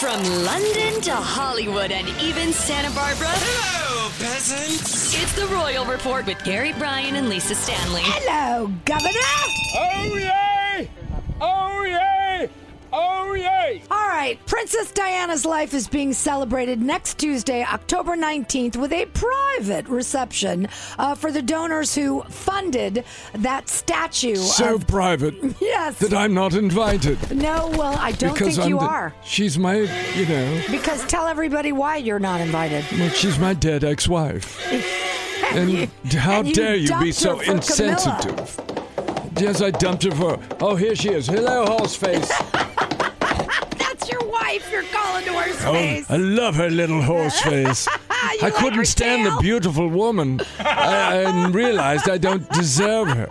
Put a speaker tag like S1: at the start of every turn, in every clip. S1: From London to Hollywood and even Santa Barbara,
S2: Hello, peasants.
S1: it's the Royal Report with Gary Bryan and Lisa Stanley.
S3: Hello, Governor.
S4: Oh yay! Oh yay! Oh yay!
S3: All right, Princess Diana's life is being celebrated next Tuesday, October 19th, with a private reception uh, for the donors who funded that statue.
S4: So
S3: of,
S4: private
S3: yes.
S4: that I'm not invited.
S3: no, well, I don't
S4: because
S3: think
S4: I'm
S3: you
S4: the-
S3: are.
S4: She's my, you know,
S3: Because tell everybody why you're not invited.
S4: well, she's my dead ex-wife. And how
S3: and you
S4: dare you
S3: dumped
S4: be
S3: her
S4: so
S3: for Camilla.
S4: insensitive? Yes, I dumped her for. Oh, here she is. Hello, horseface.
S3: That's your wife. You're calling to her
S4: Oh,
S3: space. Ah,
S4: I love her little horse face. I
S3: like
S4: couldn't
S3: her
S4: stand
S3: tail?
S4: the beautiful woman I, and realized I don't deserve her.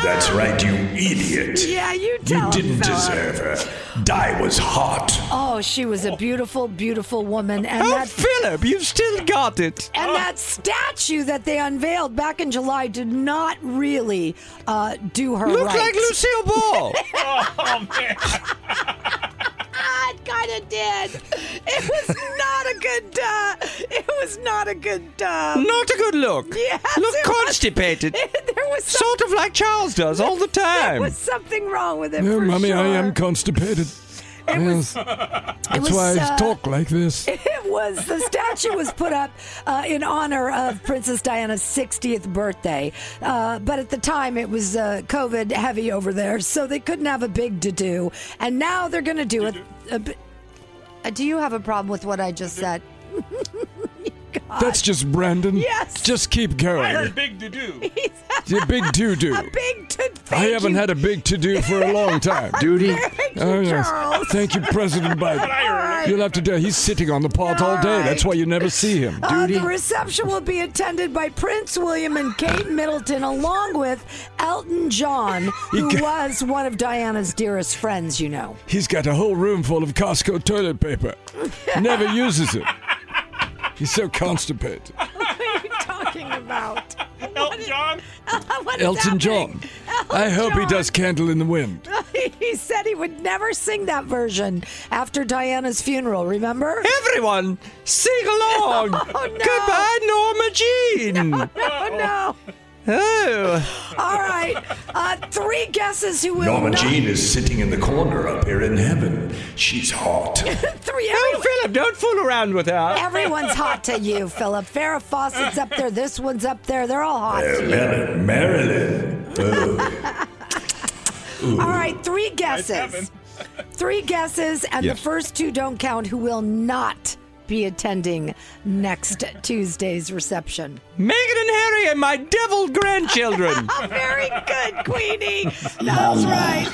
S5: That's right, you idiot.
S3: yeah, you tell
S5: You
S3: him,
S5: didn't
S3: fella.
S5: deserve her. Di was hot.
S3: Oh, she was a beautiful, beautiful woman, and
S6: Oh,
S3: that
S6: Philip, you've still got it.
S3: And that statue that they unveiled back in July did not really uh, do her
S6: Look
S3: right.
S6: like Lucille Ball.
S3: Ah, it kind of did. It was not a good. Uh, it was not a good. Uh,
S6: Not a good look.
S3: Yes,
S6: look
S3: it was.
S6: constipated.
S3: there was some,
S6: sort of like Charles does all the
S3: there
S6: time.
S3: was something wrong with it.
S4: No,
S3: for
S4: mummy, I
S3: sure.
S4: am constipated. yes. That's why
S3: was,
S4: I
S3: uh,
S4: talk like this.
S3: It was the statue was put up uh, in honor of Princess Diana's 60th birthday, uh, but at the time it was uh, COVID heavy over there, so they couldn't have a big to do, and now they're going to do it. A, bi- uh, do you have a problem with what I just said?
S4: That's just Brandon.
S3: Yes.
S4: Just keep going.
S7: big to do.
S4: Your big to do.
S3: A big to.
S4: I
S3: thank
S4: haven't
S3: you.
S4: had a big to do for a long time. Duty.
S3: Thank you,
S4: Oh, yes.
S3: Charles.
S4: Thank you, President Biden. You'll have to do. He's sitting on the pot all day. That's why you never see him.
S3: Uh, the reception will be attended by Prince William and Kate Middleton, along with Elton John, who
S4: got-
S3: was one of Diana's dearest friends, you know.
S4: He's got a whole room full of Costco toilet paper. Never uses it. He's so constipated.
S3: What are you talking about?
S7: Elton John.
S3: What is
S4: Elton John.
S3: happening?
S4: I hope he
S3: John.
S4: does Candle in the Wind.
S3: he said he would never sing that version after Diana's funeral, remember?
S6: Everyone, sing along.
S3: Oh, no.
S6: Goodbye, Norma Jean.
S3: Oh, no.
S6: Oh,
S3: All right. Uh, three guesses who will
S5: Norma
S3: not-
S5: Jean is sitting in the corner up here in heaven. She's hot. Uh,
S3: Three.
S6: no,
S3: Everyone,
S6: Philip, don't fool around with her.
S3: everyone's hot to you, Philip. Farrah Fawcett's up there. This one's up there. They're all hot to you.
S5: Marilyn. Marilyn. Oh,
S3: All right. Three guesses. Three guesses, and
S6: Yes.
S3: the first two don't count who will not be attending next Tuesday's reception.
S6: Megan and Harry and my devil grandchildren.
S3: Oh, Very good, Queenie. That's right.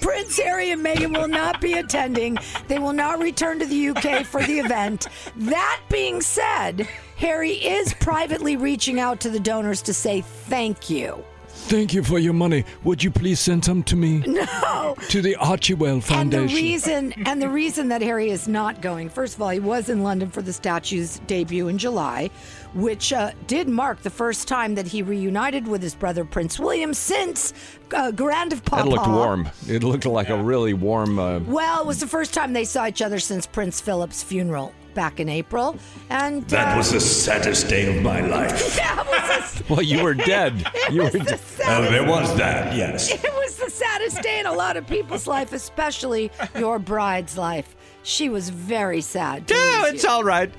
S3: Prince Harry and Meghan will not be attending. They will not return to the UK for the event. That being said, Harry is privately reaching out to the donors to say thank you.
S4: Thank you for your money. Would you please send some to me?
S3: No.
S4: To the Archibald
S3: And the
S4: Foundation.
S3: reason and the reason that Harry is not going, first of all, he was in London for the statue's debut in July, which uh, did mark the first time that he reunited with his brother Prince William since uh, Grand of Papa.
S6: It looked like a really warm. Uh,
S3: Well, it was the first time they saw each other since Prince Philip's funeral back in April, and
S5: that
S3: uh,
S5: was the saddest day of my life.
S3: that was a,
S6: well, you were dead.
S3: it
S6: You
S3: was
S6: were
S3: the
S6: dead.
S5: Oh,
S3: saddest,
S5: there was that, yes.
S3: it was the saddest day in a lot of people's life, especially your bride's life. She was very sad. to
S6: No,
S3: lose
S6: it's
S3: you.
S6: all right.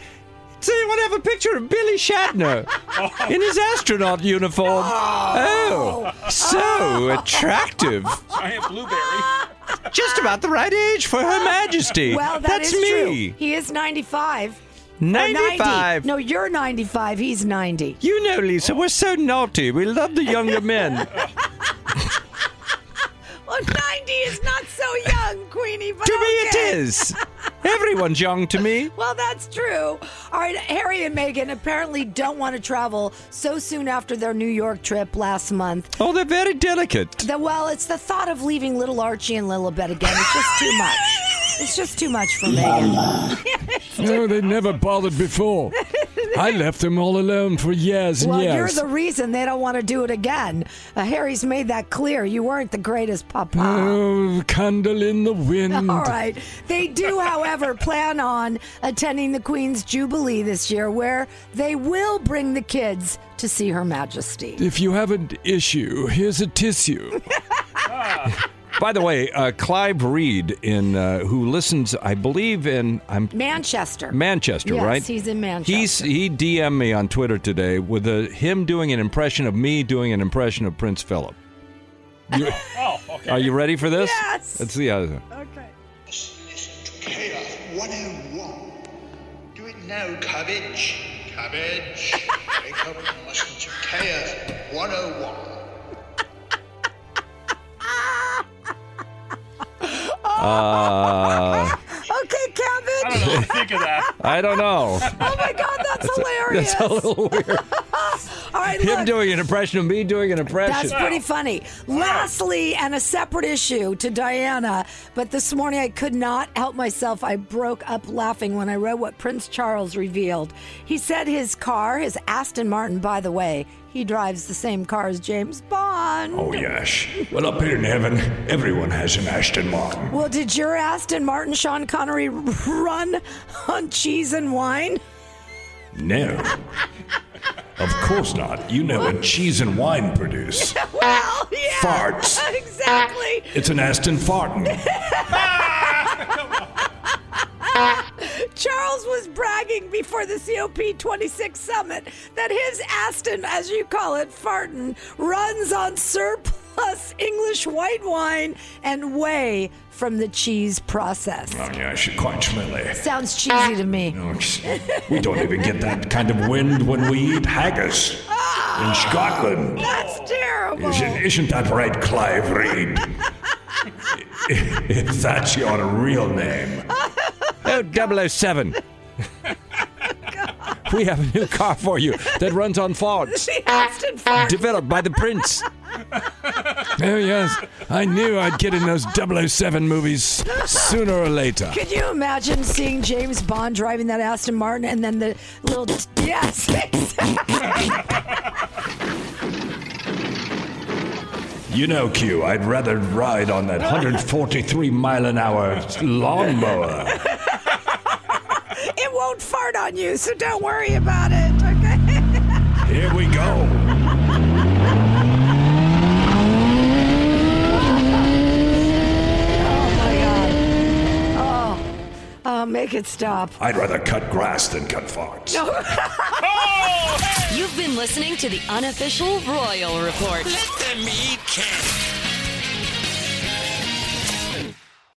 S6: Does anyone have a picture of Billy Shatner in his astronaut uniform? Oh, so attractive.
S7: Giant blueberry.
S6: Just about the right age for Her Majesty.
S3: Ah, well. that
S6: That's
S3: is
S6: me.
S3: true. He is ninety-five. Or
S6: 95.
S3: 90. No, you're ninety-five. He's ninety.
S6: You know, Lisa, we're so naughty. We love the younger men.
S3: Well, ninety is not so young, Queenie. But
S6: to me, it
S3: okay.
S6: is. Everyone's young to me.
S3: Well, that's true. All right, Harry and Meghan apparently don't want to travel so soon after their New York trip last month.
S6: Oh, they're very delicate.
S3: That well, it's the thought of leaving little Archie and Lilibet again. It's just too much. It's just too much for Meghan.
S4: No, they never bothered before. I left them all alone for years and
S3: Well, you're
S4: years.
S3: the reason they don't want to do it again. Uh, Harry's made that clear. You weren't the greatest papa.
S4: Oh, candle in the wind.
S3: All right. They do, however, plan on attending the Queen's Jubilee this year, where they will bring the kids to see Her Majesty.
S4: If you have an issue, here's a tissue.
S6: By the way, uh, Clive Reed, in uh, who listens, I believe in I'm
S3: Manchester.
S6: Manchester,
S3: Yes,
S6: right?
S3: he's in Manchester.
S6: He's he DM'd me on Twitter today with a, him doing an impression of me doing an impression of Prince Philip. You-
S7: Oh, okay.
S6: are you ready for this?
S3: Yes.
S6: Let's see uh, how. this-
S3: okay.
S8: Chaos 101. Do it now, cabbage. Cabbage. Wake up and listen to Chaos 101.
S6: Uh,
S3: Okay,
S7: I
S3: Kevin.
S7: don't know what to think of that.
S6: I don't know.
S3: Oh my God, that's hilarious.
S6: That's a little weird.
S3: All right,
S6: Him
S3: look.
S6: doing an impression of me doing an impression.
S3: That's pretty funny. Lastly, and a separate issue to Diana, but this morning I could not help myself. I broke up laughing when I read what Prince Charles revealed. He said his car, his Aston Martin, by the way, he drives the same car as James Bond.
S5: Oh, yes. Well, up here in heaven, everyone has an Ashton Martin.
S3: Well, did your Aston Martin, Sean Connery, run on cheese and wine?
S5: No. Of course not. You know what cheese and wine produce.
S3: Well, yeah.
S5: Farts.
S3: Exactly.
S5: It's an Aston Fartin.
S3: Charles was bragging before the COP26 summit that his Aston, as you call it, Farton, runs on surplus English white wine and whey from the cheese process.
S5: Oh, yes, you're quite smelly.
S3: Sounds cheesy to me.
S5: No, it's- We don't even get that kind of wind when we eat haggis in Scotland.
S3: That's terrible.
S5: Isn't, isn't that right, Clive Reed? if that's your real name.
S6: oh, 007. we have a new car for you that runs on farts,
S3: The Aston Farton.
S6: developed by the prince.
S4: oh, yes. I knew I'd get in those 007 movies sooner or later.
S3: Could you imagine seeing James Bond driving that Aston Martin and then the little. Yes,
S5: You know, Q, I'd rather ride on that 143 mile an hour lawnmower.
S3: it won't fart on you, so don't worry about it, okay?
S5: Here we go.
S3: Oh my god. Oh. Oh, make it stop.
S5: I'd rather cut grass than cut farts.
S1: You've been listening to the unofficial Royal Report.
S2: Let them eat cake.